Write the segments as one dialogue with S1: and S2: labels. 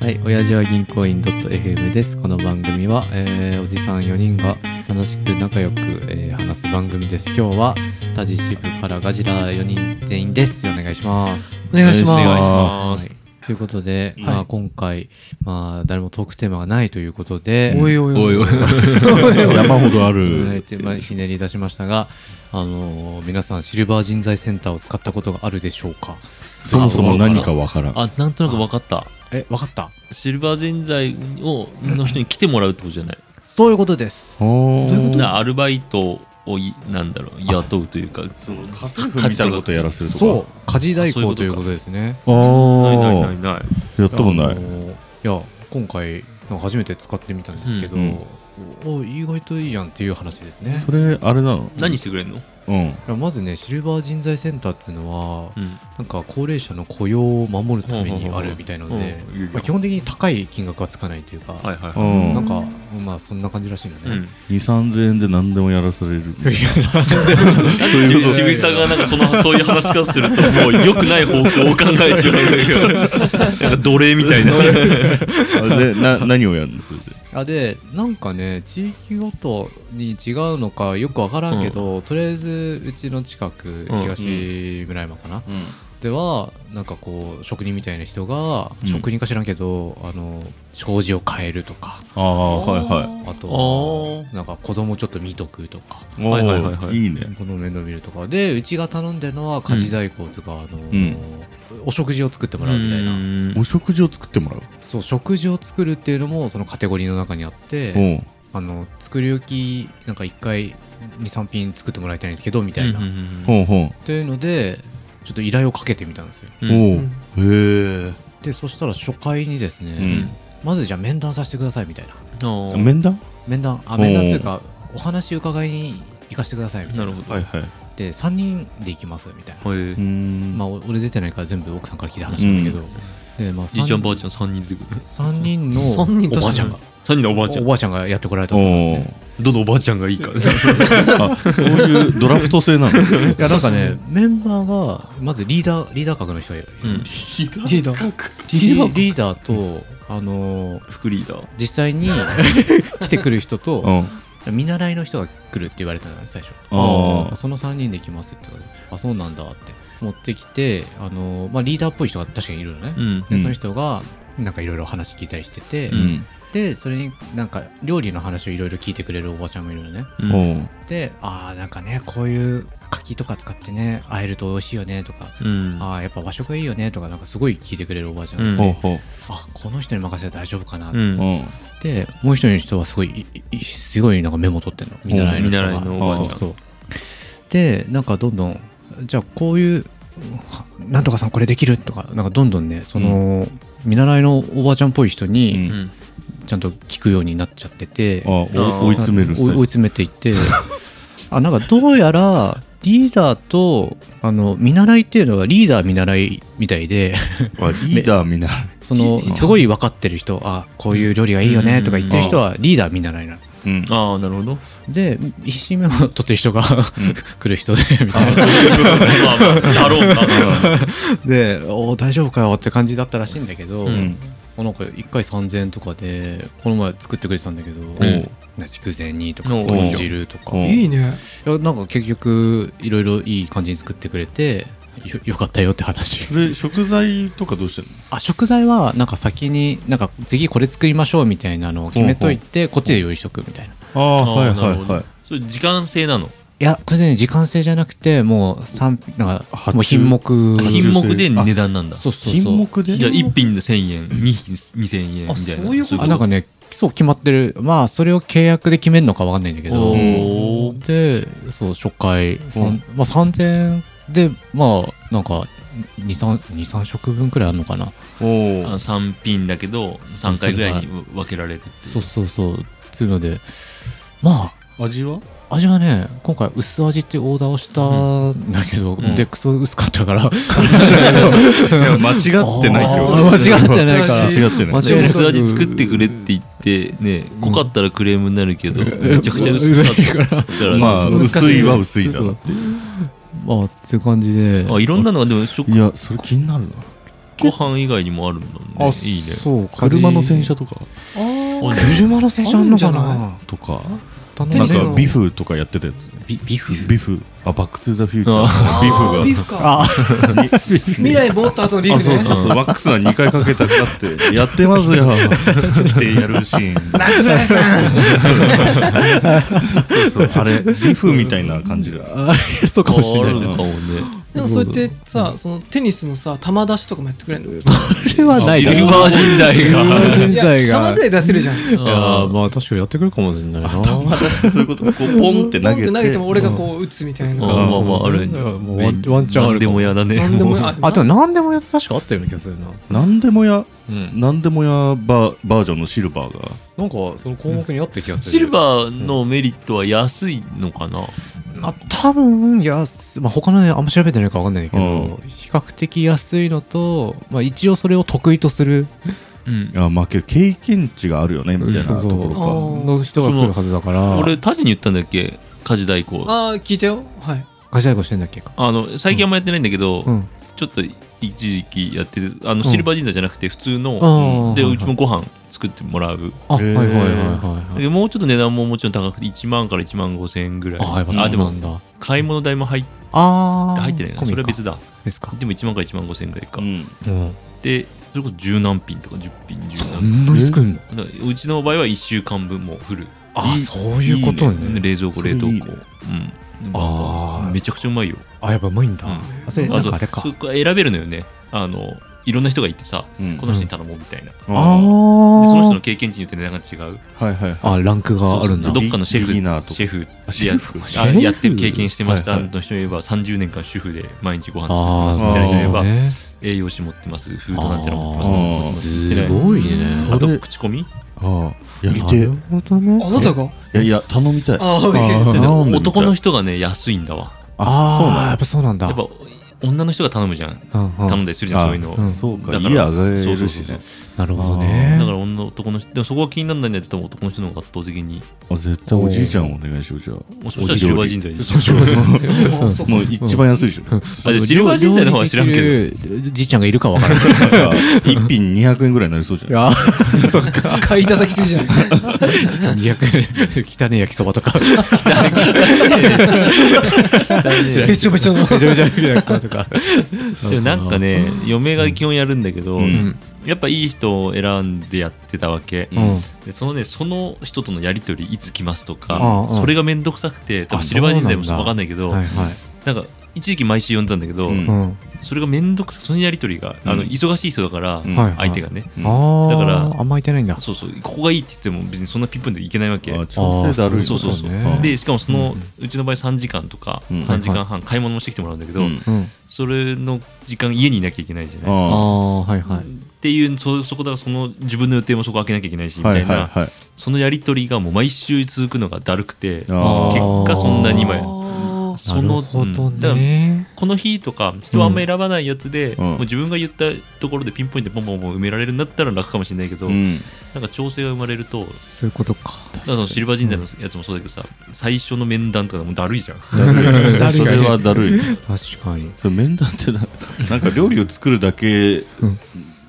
S1: はい、親父は銀行員 .fm です。この番組は、えーおじさん4人が楽しく仲良く、えー話す番組です。今日は、タジシブからガジラ4人全員です。お願いします。
S2: お願いします
S3: お願いしま
S1: は
S3: す
S1: い、ということで、
S3: はい
S1: まあ、今回、まあ、誰もトークテーマがないということで、
S2: おいおいお
S3: お
S2: い
S3: いおい山ほどある
S1: えーまあひねり出しましたが、あのー皆さんシルバー人材センターを使ったことがあるでしょうか
S3: そもそも何かわからん
S2: あなんとなく分かった
S1: えわかった
S2: シルバー人材をの人に来てもらうってことじゃない
S1: そういうことです
S3: ど
S1: どういうこと
S2: なアルバイトをいなんだろう雇うというか
S3: 家政婦みたいなことやらせるとか
S1: そう家事代
S2: あそういう
S1: 行
S2: ことか
S1: ということですね
S3: あ
S2: ないないな
S3: あ
S2: いない
S3: やったことな
S1: あ
S3: い
S1: のーいや今回なんか初めて使ってみたんですけど、
S3: うんうん
S1: お意外といいやんっていう話ですね
S3: それあれなの
S2: 何してくれんの
S3: うん
S1: いやまずねシルバー人材センターっていうのは
S2: うん
S1: なんか高齢者の雇用を守るためにあるみたいなので、
S2: うんいいよ
S1: まあ、基本的に高い金額はつかないというか、
S2: はいはいうは
S3: ん
S1: なんかまあそんな感じらしいの
S2: い
S1: ね、
S2: うん
S3: 2 3 0円で何でもやらされ
S1: い
S3: る
S1: や
S3: いうこ
S2: し
S3: と
S2: 渋井さんがなんかそのそういう話し方するともう良くない方向を考えちゃうなんか奴隷みたいな
S3: あれでな何をやるのそれで
S1: あでなんかね地域ごとに違うのかよく分からんけど、とりあえずうちの近く
S2: うん
S1: 東村山かな、ではなんかこう職人みたいな人が、
S3: うん
S1: 職人か知らんけどあの障子を変えるとか
S3: ああはいは
S1: あと
S2: あ
S1: なんか子供ちょっと見とくとか
S3: いお
S2: はいはいはいは
S3: ー
S2: い
S3: いいね
S1: この面倒見るとかでうちが頼んでるのは家事代行とか、あの
S3: ん
S1: お食事を作ってもらうみたいな、
S2: うん
S3: お食事を作ってもらう
S1: そう食事を作るっていうのもそのカテゴリーの中にあって、
S3: うん
S1: あの作り置きなんか1回23品作ってもらいたいんですけどみたいな、
S2: うん
S1: っ
S3: ほうほ
S1: ていうのでちょっと依頼をかけてみたんですよ
S2: う
S3: うん
S2: うん
S3: おうへ
S1: でそしたら初回にですね、
S3: うん
S1: まずじゃあ面談させてくださいみたいな
S2: あー
S3: え面談
S1: 面談あ
S3: おー
S1: 面談というかお話伺いに行かせてくださいみたいな
S2: なるほど
S3: はいはい
S1: で3人で行きますみたいな、
S2: ほいう
S3: ーん
S1: まあお俺出てないから全部奥さんから聞いた話なんだけど、でまあ、
S2: じいちゃんばあ
S1: 3
S2: ちゃん3人出てくる
S1: 人のお
S2: 三人
S1: ばあちゃんが
S2: 3人のおばあちゃ
S1: お
S2: ん
S1: ばあちゃんがやってこられた
S3: お
S1: そうなんですね
S3: ー
S2: どのおばあちゃんがいいか
S3: あそういうドラフト制なの
S1: いやなんかねメンバーがまずリーダーリーダー格の人がいる、
S2: うん
S1: リーダーリーダーリーダーと、あのー
S2: 副リーダー
S1: 実際 に来てくる人
S3: う
S1: と
S3: ん
S1: 見習いの人が来るって言われたのよ最初
S3: あー
S1: その3人で来ますって言われてあそうなんだって持ってきて、あのーまあ、リーダーっぽい人が確かにいるのね、
S2: うん
S1: でその人がなんかいろいろ話聞いたりしてて、
S3: うん
S1: でそれになんか料理の話をいろいろ聞いてくれるおばちゃんもいるのね
S2: うん
S3: おう
S1: でああなんかねこういう柿とか使ってね和えると美味しいよねとか
S2: うん
S1: ああやっぱ和食いいよねとかなんかすごい聞いてくれるおばあちゃん、
S2: うん
S3: ほうほう
S1: あこの人に任せたら大丈夫かなっ
S2: うん
S3: うん
S1: て、もう一人の人はすごいいいすごいなんかメモ取ってるの見習いの人が
S2: 見習いのおばあちゃん
S1: そうそうでなんかどんどんじゃあこういうはなんとかさんこれできるとかなんかどんどんねその、見習いのおばあちゃんっぽい人
S3: う
S1: に
S3: ん
S2: うん
S1: ちゃんと聞くようになっちゃってて、
S3: あ
S2: ー
S3: お追い詰めるスタイ
S1: 追
S3: ル
S1: い追い詰めていって あなんかどうやらリーダーとあの見習いっていうのはリーダー見習いみたいで
S3: あリーダーみんな
S1: そのすごい分かってる人あこういう料理がいいよねとか言ってる人はリーダー見習いなの
S3: うん
S2: ああなるほど
S1: で必死にメモを取ってる人が
S3: ん
S1: 来る人でみたいな
S2: まあまあだろうな
S1: でお大丈夫かよって感じだったらしいんだけど、
S2: う
S3: うん
S1: あなんか1回3000円とかでこの前作ってくれてたんだけど、
S3: お
S2: ん
S3: う
S1: な筑前煮とか
S2: おう
S1: 豚汁とか
S3: おう
S1: い
S4: いいね
S1: やなんか結局いろいろいい感じに作ってくれてよよかったよって話
S3: それ食材とかどうしてんの
S1: あ食材はなんか先になんか次これ作りましょうみたいなのを決めといてこっちで用意しとくみたいな
S3: あ
S2: あ
S3: あ
S2: ー
S3: はいは
S2: ないるほど
S3: はい
S2: それ時間制なの
S1: いや、これね、時間制じゃなくて、もう、三、なんか、
S3: 発注
S1: もう品目。
S3: 注
S2: 品目で値段なんだ
S1: そうそうそう。
S3: 品目で
S2: じゃあ1品で1000円2品2000円みたいな
S4: あそういうこと
S1: あ、なんかね、そう決まってる。まあ、それを契約で決めるのかわかんないんだけど
S2: お。
S3: う
S2: ー
S1: で、そう、初回、さん
S3: うん
S1: まあ、三千で、まあ、なんか、二三、二三食分くらいあるのかな。
S2: あ
S3: おお
S2: 3品だけど3回ぐらいに分けられるってい
S1: そうそうそう。つうので、ま
S3: 味は
S1: あ、味はね、今回薄味っていうオーダーをしたんだけど、
S2: うん
S1: で、クソ薄かったから、あー間違
S3: 間違ってないってこと
S1: ってないから
S3: 間違ってない
S1: 間違
S2: でも薄味作ってくれって言ってね濃かったらクレームになるけどめちゃくちゃ薄 か ったから
S3: まあ
S1: 難しい
S3: 薄いは薄いだなって
S1: まあ、っていう感じで。
S2: あいろんなのがでも食
S3: いやそれ気になるな
S2: ご飯以外にもあるんだ
S1: あ
S2: ね。いいね。
S1: そう
S3: 車の洗車とか
S2: あ
S1: 車の洗車あんのかな
S3: とか
S1: 頼
S3: なん
S1: でる
S3: かビフとかやってたやつ
S1: ビビフ
S3: ビフあバックトゥザフューチャー
S2: あ
S3: のビフが
S4: ビーフか
S1: あ
S4: 未来戻った後のビー
S3: あ
S4: フ
S3: そう
S4: ね
S3: そうそう、ワックスが2回かけたくなって、やってます よってやるシーン。
S4: ラクダさん
S3: そうそうあれ、ビフみたいな感じだ。
S1: あそうかもしれない
S2: あるの
S1: ね
S2: かもね。
S4: でもそうやってさそのテニスのさ球出しとかもやってくれるの
S1: それはない
S2: シ
S1: だろ
S2: ルバー人材が。
S1: 人材
S4: いや
S1: が
S4: 球ぐらい出せるじゃん
S1: いやーまあ確かにやってくるかもしれないな
S3: そういうこと、こうポンって投げて。
S4: ポンって投げても俺がこう打つみたい
S2: あ
S4: な
S2: まあまあ、ある。
S1: もうワンワンチャンあるかも
S2: 何でもやだね。
S4: 何で もや
S1: あでも何でもやって確かあったような気がするな
S3: なんでもや、
S1: うん
S3: なんでもやバーバージョンのシルバーが。
S1: なんかその項目にあった気がする
S2: シルバーのメリットは安いのかな、
S1: まあ、多分安、まあ、他のねあんま調べてないから分かんないけど、
S3: うん
S1: 比較的安いのと、まあ、一応それを得意とする
S2: うん、
S3: あ、まあ、けど経験値があるよね、みたいなとこ
S1: そう
S4: あ
S3: ろ
S4: ー
S1: の人が来るはずだから
S2: 俺、タジに言ったんだっけ家事代行。
S4: ああ聞いたよはい
S1: ガチャイコしてんだっけか、
S2: あの、最近あんまやってないんだけど、
S1: うん、
S2: ちょっと一時期やってる、あの、シルバー神社じゃなくて普通
S1: あ
S2: の、
S1: ー
S2: で、
S1: はいはいう
S2: ちもご飯作ってもらう。
S1: あ、
S3: へー
S1: はいはいはいはいはい
S2: でもうちょっと値段ももちろん高くて、1万から1万5千円ぐらい。
S1: あやっぱ
S2: あ、で
S1: そうな
S2: も、
S1: んだ
S2: 買い物代も入っ
S1: あー
S2: 入ってないな。
S1: 込
S2: そ
S1: み
S2: れ
S1: か
S2: は別だ。
S1: ですか
S2: でも1万から1万5千円ぐらいか
S3: か。う。ん
S1: うん
S2: で、それこそ十何品とか10品、十
S1: そ
S2: 何
S1: んなに作るの
S2: 品。だからうちの場合は1週間分もフル。
S1: あそういうことね
S2: 冷蔵庫、
S3: それい
S2: 冷
S3: い
S2: 凍庫。
S3: ね
S2: うん。
S1: あー
S2: めちゃくちゃうまいよ。
S1: あやっぱうまいんだ、
S2: うん
S1: あそれなんかあれか
S2: そうこれ選べるのよね。あの、いろんな人がいてさ、
S3: うん
S2: この人に頼もうみたいな。で
S1: あ
S3: あ
S2: その人
S1: ー
S2: の経験値によって値段が違う。
S3: はいはいはい。
S1: あランクがあるんだ
S2: どっかのシェフ、
S3: ビギナーとか
S2: シェフ
S3: あ
S2: でや
S3: シェフ
S2: あ
S1: シェフ
S2: やってる経験してました
S3: はいはい
S2: の人もいれば、30年間主婦で毎日ご飯作って
S1: あ
S2: ま
S1: ー
S2: すみ
S1: な
S2: たいな人もい
S1: る
S2: れ
S1: ほど
S2: ば、
S1: ね
S2: 栄養士持ってます、フードなんての持ってます
S3: あー
S2: なんての持ってます
S1: すごいね
S2: あと、口コミ
S3: ああ、やり
S1: な
S3: てえ。い
S1: るほどね
S4: あなたが
S3: やいや、頼みたい。
S4: あー
S3: ー
S2: で
S3: 頼んでみたい
S2: 男の人がね、安いんだわ。
S1: ああやっ
S3: あ
S1: ぱそうなんだ
S2: やっぱ、女の人が頼むじゃん。
S1: うんうん
S2: 頼んだりするじゃん、
S3: あ
S2: そういうの。
S1: うん
S3: そうか、
S2: だ
S3: 家
S2: から
S3: 上がれ
S2: そう
S3: る
S2: そ
S3: し
S2: うそう
S3: ね。
S1: なるほど
S2: だ
S1: ね
S2: から女男の人、でもそこが気にならないんだったら男の人の方が圧倒的に。
S3: あ絶対おじいちゃんお願いしよう、じゃあ。
S2: もしかしたらシルバー人材でしょ
S4: あそっ か
S3: もう一番安いでしょ。
S2: あでシルバー人材の方は知らんけど。
S1: どじいちゃんがいるかわからない
S3: なんか 一品200円ぐらいになりそうじゃん。
S1: あそっか
S4: 買い叩きすぎじゃない
S1: 200円汚ね焼きそばと か
S4: べちょべちょの
S1: めちゃめちゃ焼きそばとか
S2: でもなんかね、嫁が基本やるんだけど、
S3: う
S1: うん
S2: やっぱいい人を選んでやってたわけ。
S1: うん
S2: でそのね、その人とのやり取りいつ来ますと
S1: あ
S2: か、
S1: あ
S2: それがめんどくさくて、多分
S1: あ
S2: シルバー人材も
S1: そうなんだ
S2: わかんないけど、
S1: はい
S2: な
S1: はい
S2: んか一時期毎週呼んでたんだけど、
S3: うん
S1: うん
S2: それがめんどくさ、そのやり取りが、あの
S3: うん
S2: 忙しい人だから、
S3: うん
S1: はいはい
S2: 相手がね、
S3: うん
S1: ああ
S2: だから
S1: あんまいてないんだ
S2: そうそう、ここがいいって言っても別にそんなピンポイントでいけないわけ。
S3: あ調整だるい
S2: そうそうそう
S1: そういうことね
S2: でしかもその、
S1: う
S2: うんちの場合3時間とか、
S3: うん
S2: 3時間半買い物もしてきてもらうんだけど、
S3: うん
S1: うん
S2: それの時間家にいなきゃいけないじゃな
S1: あ
S2: い
S3: あ
S1: あはいはい
S2: っていうそそこだからその自分の予定もそこ開けなきゃいけないし
S3: あ
S2: み
S3: は
S2: た
S3: い
S2: いな、
S3: はいはい
S2: そのやり取りがもう毎週続くのがだるくて
S1: あ
S2: 結
S1: ー
S2: 果そんなに今や
S4: あー
S2: その
S1: なるほど
S2: うんだから
S1: ね
S2: この日とか人はあんま選ばないやつで、
S3: うん
S2: もう自分が言ったところでピンポイントでポンポンポン埋められるんだったら楽かもしれないけど、
S3: うん
S2: なんか調整が生まれると
S1: そういうことか
S2: だからそのシルバー人材のやつもそうだけどさ、最初の面談とかもう だるいじゃん。
S1: だるい
S3: それはだるい
S1: 確か に
S3: それ面談ってななんか料理を作るだけ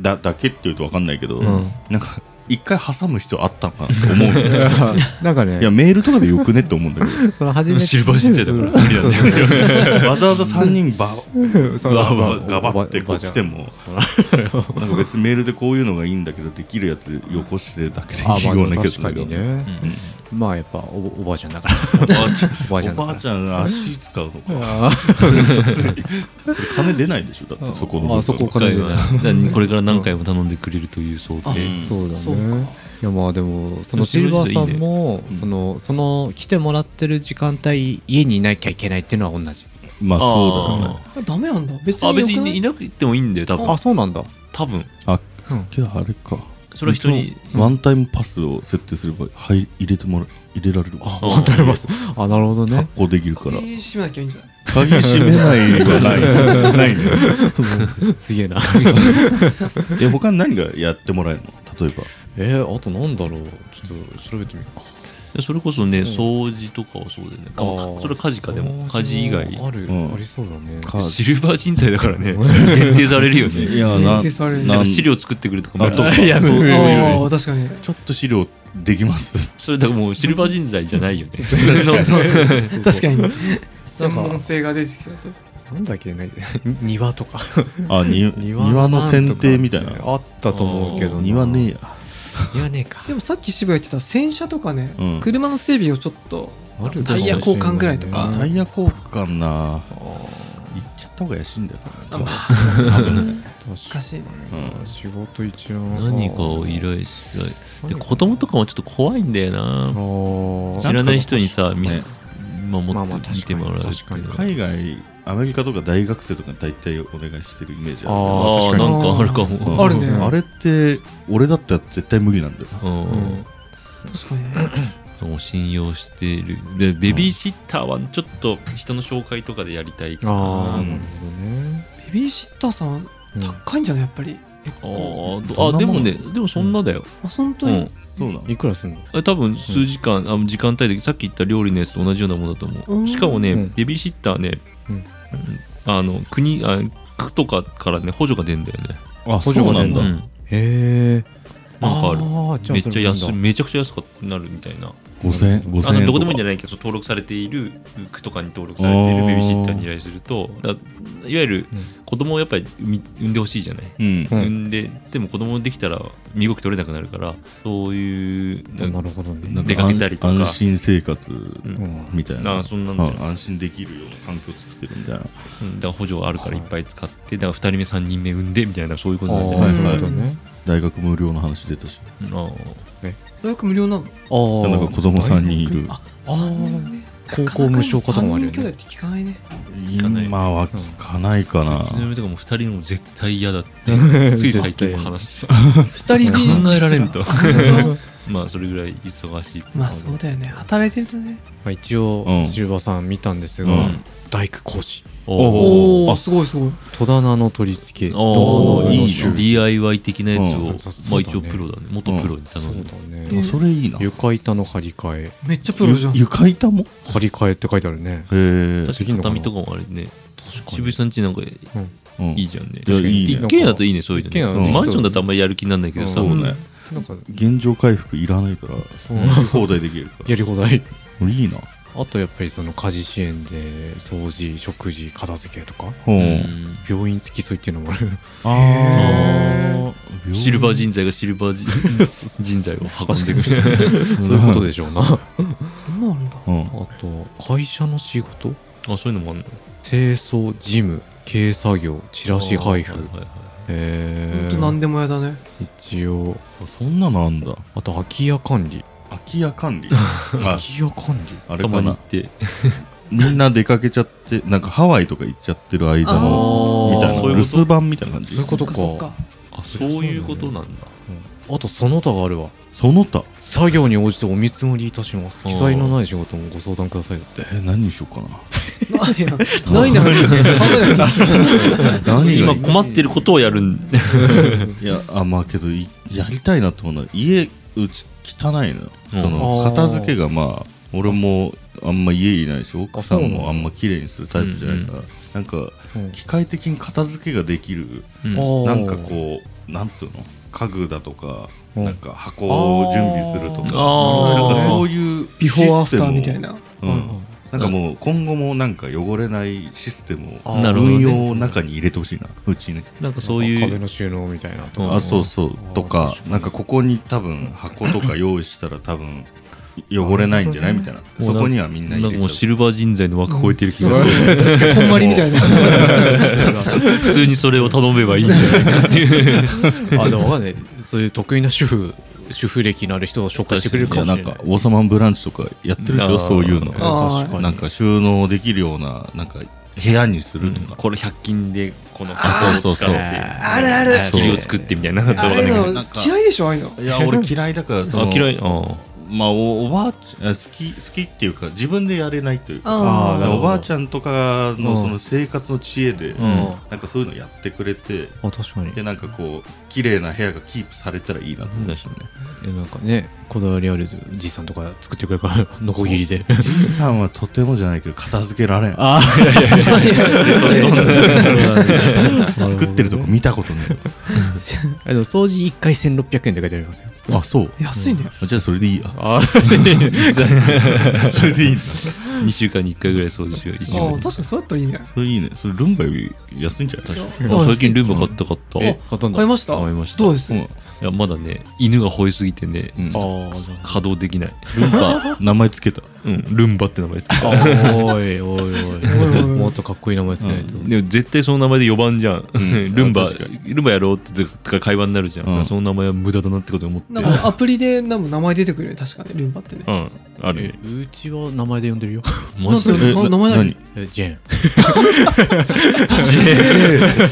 S3: だだけっていうと分かんないけど
S1: うん
S3: なんか一回挟む必要あったのかなって思うん だよね
S1: なんかね
S3: いやメールとかでよくねって思うんだけ
S1: その初めて
S2: シルバー人材だから無理なんだよ。
S3: どわざわざ3人ば
S1: その
S2: うわうわ
S3: ガバってこう来てもなんか別にメールでこういうのがいいんだけどできるやつよこしてだけでいい
S1: あまあ
S3: ような気がす
S1: 確
S3: る
S1: か
S3: んだ
S1: に
S3: けど
S1: ね
S2: うん
S1: まあやっぱおおばあちゃんだからおばあちゃんだ
S3: おばあ
S1: か
S3: ちゃん足使うのから金出ないでしょだってそこの部分
S1: あそこか
S2: 今
S1: ら
S2: 回は何これから何回も頼んでくれるという想定
S4: あ
S1: そうだ
S4: そうか
S1: ねいやまあでもそのシルバーさんもそのその来てもらってる時間帯家にいなきゃいけないっていうのは同じ
S3: まあそうだよね
S4: あダメなんだ別
S2: あ
S4: に
S2: 別
S4: よくな
S2: にい
S4: い
S2: なくてもいいんだよ多分
S1: あそうなんだ
S2: 多分
S3: あ
S1: うん
S3: けどあれか
S2: それは人に
S3: 一応ワンタイムパスを設定すればはい入れてもら入れられる
S1: あ
S3: 発
S1: わかりますあなるほどね
S3: 行できるから
S4: 鍵閉めなきゃいいんじゃない
S3: 鍵閉めないはないないね
S1: す げえな
S3: え他に何がやってもらえるの例えば
S1: えーあとなんだろうちょっと調べてみるか
S2: でそれこそね、
S1: ん
S2: 掃除とかはそうだよねか
S1: あー
S2: それは家事かでも家事以外
S1: ある、
S3: うん
S1: ありそうだね
S3: か
S2: シルバー人材だからね限定されるよね
S3: いやな
S4: 限定される
S2: なん
S3: な
S2: か資料作ってくれとかも
S3: あ
S2: ある
S3: と
S2: と
S3: か
S2: か
S3: そうそういう
S4: あ
S3: ね
S4: あ確かに
S3: ちょっと資料できます
S2: それだからもうシルバー人材じゃないよね普通の
S4: 確かに
S1: なんか
S4: 専門性が出てきちゃうと
S1: なんだっけね 庭とか
S3: あに
S1: 庭
S3: 庭の剪定みたいな
S1: なんとかあったと思うけどな
S3: 庭ねえや
S1: 庭ねえか
S4: でもさっき渋谷言ってた洗車とかね、
S3: うん
S4: 車の整備をちょっと
S1: ある
S4: タイヤ交換ぐらいとか
S1: あ
S3: タイヤ交換な行っちゃった方が安いんだよ
S4: あ
S3: な
S4: ま
S3: 多 分
S1: 確
S4: 難しいね
S3: うん
S1: 仕事一応
S2: 何かを依頼しないで子供とかもちょっと怖いんだよな
S1: あ
S2: 知らない人にさ見
S3: ね
S2: 守
S1: まあ
S2: っ
S1: まあ
S2: て見てもらうって
S1: 確かに確か
S2: あ
S1: に
S3: 海外アメリカとか大学生とかに大体お願いしてるイメージある
S1: あ
S2: あー
S1: 確かに
S2: なんかあるか
S3: う
S2: も
S3: ん
S4: あるね
S3: あれって俺だったら絶対無理なんだよな
S2: うん
S1: うん
S4: 確かにね
S2: もう信用しているでベビーシッターはちょっと人の紹介とかでやりたいかな
S1: ああ
S3: うん
S1: なるほどね
S4: ベビーシッターさんは高いんじゃないやっぱり結
S2: あ
S4: 構
S2: ー
S3: どん
S2: あ
S3: な
S2: で
S3: も
S2: も
S3: ん
S2: ねでもそんなだよ、
S4: あ本当
S2: う
S4: に、
S2: ん
S3: そうなの
S1: いくらすんの
S2: え多分数時間、あの時間帯でさっき言った料理のやつと同じようなものだと思
S4: うん
S2: うしかもね、
S1: うん
S2: ベビーシッターね、
S1: うん
S2: うんあの国あ区とかからね補助が出るんだよね、
S3: あ
S1: 補助が出んだ
S2: うん
S1: へえ
S2: なんかある
S1: あ
S2: めっちゃ安い
S1: い
S2: めちゃくちゃ安くなるみたいな
S3: 5000円
S2: あ
S3: 5000
S2: の
S3: 円
S2: どこでもいいんじ
S3: ゃ
S2: ゃないけどその登録されている区とかに登録されているベビーシッターに依頼するとだからいわゆる
S1: うん
S2: 子供をやっぱり産み産んでほしいじゃない、
S3: うん
S1: うん
S2: 産んででも子供できたら身動き取れなくなるからそういうなん
S1: な
S2: か
S1: るほどね
S3: なん
S2: 出かけたりとか
S3: 安安心生活
S1: うん
S3: みたい
S2: な
S3: なん
S2: かそんなんじゃない
S3: うん安心できるような環境を作ってるみたいな
S2: うんだから補助があるからいっぱい使って、だから2人目3人目産んでみたいなそういうことなんじゃ
S1: あ
S2: な
S1: あ
S2: い
S1: そううんだね
S3: 大学無料の話出たし
S2: あ
S4: 大学無料なの
S1: ああ
S3: なんか子供3人いる
S4: あ
S1: あ
S4: 三人ね
S1: 高校無償化とかもあるよ
S4: 三人兄弟っ
S1: ね
S4: て聞かないね
S2: かない
S3: 今は聞かないかな
S2: あちなみにだからもう2人も絶対嫌だ ってつい最近も話してた
S4: 二人きり
S2: 考えられんと
S4: 本
S2: まあそれぐらい忙しい
S4: 当まあそうだよね働いてるとね
S1: まあ一応
S3: うん
S1: シルバーさん見たんですが
S3: うん
S1: 大工工事
S2: おお
S4: ーすごいすごい
S1: 戸棚の取り付け
S2: お
S1: ドアの
S3: い
S1: い
S3: い
S1: い
S3: 種
S2: DIY 的なやつを、
S3: う
S2: ま
S3: ん
S1: そ
S2: あ
S1: うだね
S2: 一応プロだね元プロに
S1: そ
S2: 頼
S1: うん
S2: で、
S1: だ
S4: う
S1: ね
S4: ん
S3: あそれいいな
S1: 床板の張り替え
S4: めっちゃプロじゃん
S3: ゆ床板もへ
S1: 張り替えって書いてあるね
S3: え
S2: 確かに畳とかもあれね渋井さんちなんかいいじゃんね、
S3: いやいい
S2: 一
S3: ね
S2: 軒家だといいねそういうの
S1: 一軒
S2: ね
S1: 家
S3: だといい
S2: マンションだとあんまりやる気にならないけどさ、
S3: そう
S1: うん
S3: ね
S1: なん か
S3: 現状回復いらないから
S1: うん
S3: 放題できるか
S1: やり放題
S3: らいいな
S1: あとやっぱりその家事支援で掃除食事片付けとか
S3: ほう
S2: うん
S1: 病院付き添いっていうのもある
S3: あー
S2: シルバー人材がシルバー人人材を運んでくる。
S1: そういうことでしょうなあ
S4: そんなのあるんだ
S3: うん
S1: と会社の仕事
S2: あ、そういうのもあんの
S1: 清掃事務軽作業チラシ配布
S2: はいはいはい
S1: え
S4: 本当
S1: ー
S4: 何でもやだね
S1: 一応
S3: あそんなのあんだ
S1: あと空き家管理
S3: 空き家 管理
S1: 空
S3: あ
S1: き家管理
S3: あれ
S2: た
S3: か
S2: まに行
S3: な
S2: って。
S3: みんな出かけちゃってなんかハワイとか行っちゃってる間の
S1: あー
S3: みたいな
S2: そう
S3: 留
S2: いうこと
S3: 守番みたいな感じ
S1: そういうことか
S4: そっか
S2: あ、そういうことなんだ。
S1: あとその他があるわ
S3: その他
S1: 作業に応じてお見積もりいたします
S2: あー
S1: 記載のない仕事もご相談くださいだって
S3: えー何にしようかな
S4: そ っかいや ないなら考えなくてい い
S3: 何が
S2: 今
S3: いい
S2: 困ってることをやるんで。
S3: いやあまあけどいやりたいなと思うのは家うち汚いのよその
S1: あー
S3: 片付けがまあ俺もあんま家いないし奥さん
S1: そうなん
S3: も
S1: だ
S3: あんま綺麗にするタイプじゃないから、なんか機械的に片付けができる
S2: うん
S3: なんかこうなんつうの家具だとか
S1: うん
S3: なんか箱を準備するとか
S2: あ
S3: なん
S2: ー
S3: かそういう
S4: ビフォーアフター
S3: シ
S4: み
S3: ステムを
S4: たいな
S1: う
S3: うんんなんかもう今後もなんか汚れないシステムを
S1: あー
S2: なるほどね
S3: 運用を中に入れてほしいなうちね
S2: なんかそうい
S1: 壁
S2: う。
S1: の収納みたいなと
S2: うん
S1: か
S3: あそうそう
S1: あー
S3: とか
S1: 確かに
S3: なんかここに多分箱とか用意したら多分汚れないんじゃないみたいな
S2: も
S3: そうこにはみん
S2: な
S3: な
S2: ん
S3: 入
S2: か
S3: れ
S2: もう
S3: ち
S2: シ
S3: ゃう
S2: ルバー人材の枠超えてる気が する。
S4: こんまりみたいな
S2: 普通にそれを頼めばいいんじゃないかっていう。
S1: あでもわかんないそういう得意な主婦主婦歴のある人を紹介してくれる
S3: い
S1: か
S3: や
S1: も
S3: な
S1: しれ
S3: ん
S1: ない
S3: か「王様ブランチ」とかやってるでし
S2: あ
S3: ょ
S2: ー
S3: そういうの
S4: あー
S1: 確かに
S3: なんか収納できるようななんか部屋にするとか、
S2: これ100均でこの
S3: あー
S2: 箱を使って。
S3: そうそうそう
S4: あるある
S2: 切りを作ってみたいな。
S4: あれ
S2: なんか
S4: の嫌いでしょああいうの
S3: いや俺嫌いだからそ
S2: あ
S3: の
S2: 嫌い。あー
S3: まあおおばあちゃんあ好き好きっていうか自分でやれないというか
S1: あーなるほど
S3: おばあちゃんとか
S1: うん
S3: のその生活の知恵で、
S1: うん
S3: なんかそういうのやってくれて
S1: あ確かに
S3: でなんかこう綺麗な部屋がキープされたらいいなと思いましたね
S1: いやなんかねこだわりあるじいさんとか作ってくれるからノコギリで
S3: じいさんはとてもじゃないけど片付けられん
S1: ああいやいや
S3: そんな
S1: どね
S3: 作ってるとこ見たことない
S1: でも掃除1回1600円って書いてありますよ
S3: あそう
S4: 安いね。
S3: じゃあそれでいいや
S1: あ
S3: それでいいんだ
S2: 2週間に1回ぐらい掃除しよう一週
S4: あ
S2: 間
S4: あ、
S2: に
S4: 確かにそうやったらいいね。
S3: それいいねそれルンバより安いんじゃない
S2: 確
S4: 確
S2: か
S4: か
S2: に
S4: に
S2: あ最近ルンバ買った買った
S1: え買ったんだ
S4: 買いました
S2: 買いました
S4: どうです
S3: うん
S2: いやまだね犬が吠えすぎてね、
S3: うん
S1: あ
S2: 稼働できないルンバ
S3: 名前つけた
S2: うんルンバって名前つけた
S1: おいおいお
S4: おい
S1: いもっとかっこいい名前つけないと
S2: でも絶対その名前で4番じゃん、
S3: ん
S2: ルンバ
S3: 確か
S2: ルンバやろうってか会話になるじゃん、
S3: うん
S2: その名前は無駄だなってことを思って
S4: なんかアプリでなんか名前出てくるよね、確かね、ルンバってね
S2: う。んあるね
S1: うちは名前で呼んでるよ
S2: マジ
S4: なん
S2: で
S4: でな名前何
S1: えジェーン
S2: ジェー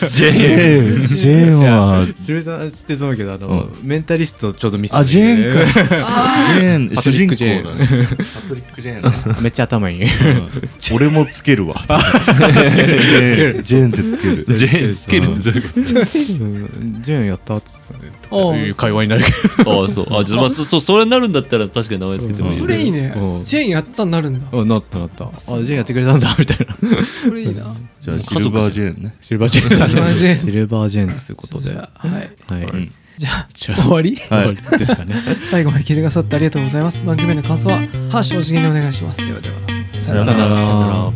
S2: ンジェ ーン
S3: ジェーンジェーンはジ
S1: 渋井さん知ってると思うけどあの、
S3: うん
S1: メンタリストちょうど見せ
S3: あジェーンか
S1: ン
S3: ェーン
S1: パ
S3: 主
S1: トリック
S3: 人公
S1: ジェーン
S3: だねパトリック・ジェーンだね
S1: か めっちゃ頭いい
S3: 俺もつけるわジェーンジェーンってつける
S2: ジェーンつけるってどういうこ
S1: うんジェーンやったっつってね
S4: ああ
S1: いう会話になるけ
S2: とああそうあじゃあまあそそう それになるんだったら確かに名前つけてもいい、
S1: うん
S4: それいいね
S1: うん。
S4: ジェーンやったになるんだ。こ
S1: どあなったなったあジェーンやってくれたんだみたいな
S4: れいいな。
S3: じゃあシルバージェーンね
S1: シルバージェーン
S4: シルバージェーン
S1: シルバージェーンということで
S4: じ
S1: は
S4: ゃあはい。
S1: い、
S3: うん
S4: じゃあ、
S1: じゃあ
S4: 終わり
S1: 終わりです かね
S4: 最後まで聞いてくださってありがとうございます。番組への感想は、ハッシュお次元でお願いします。ではでは。
S1: さよなら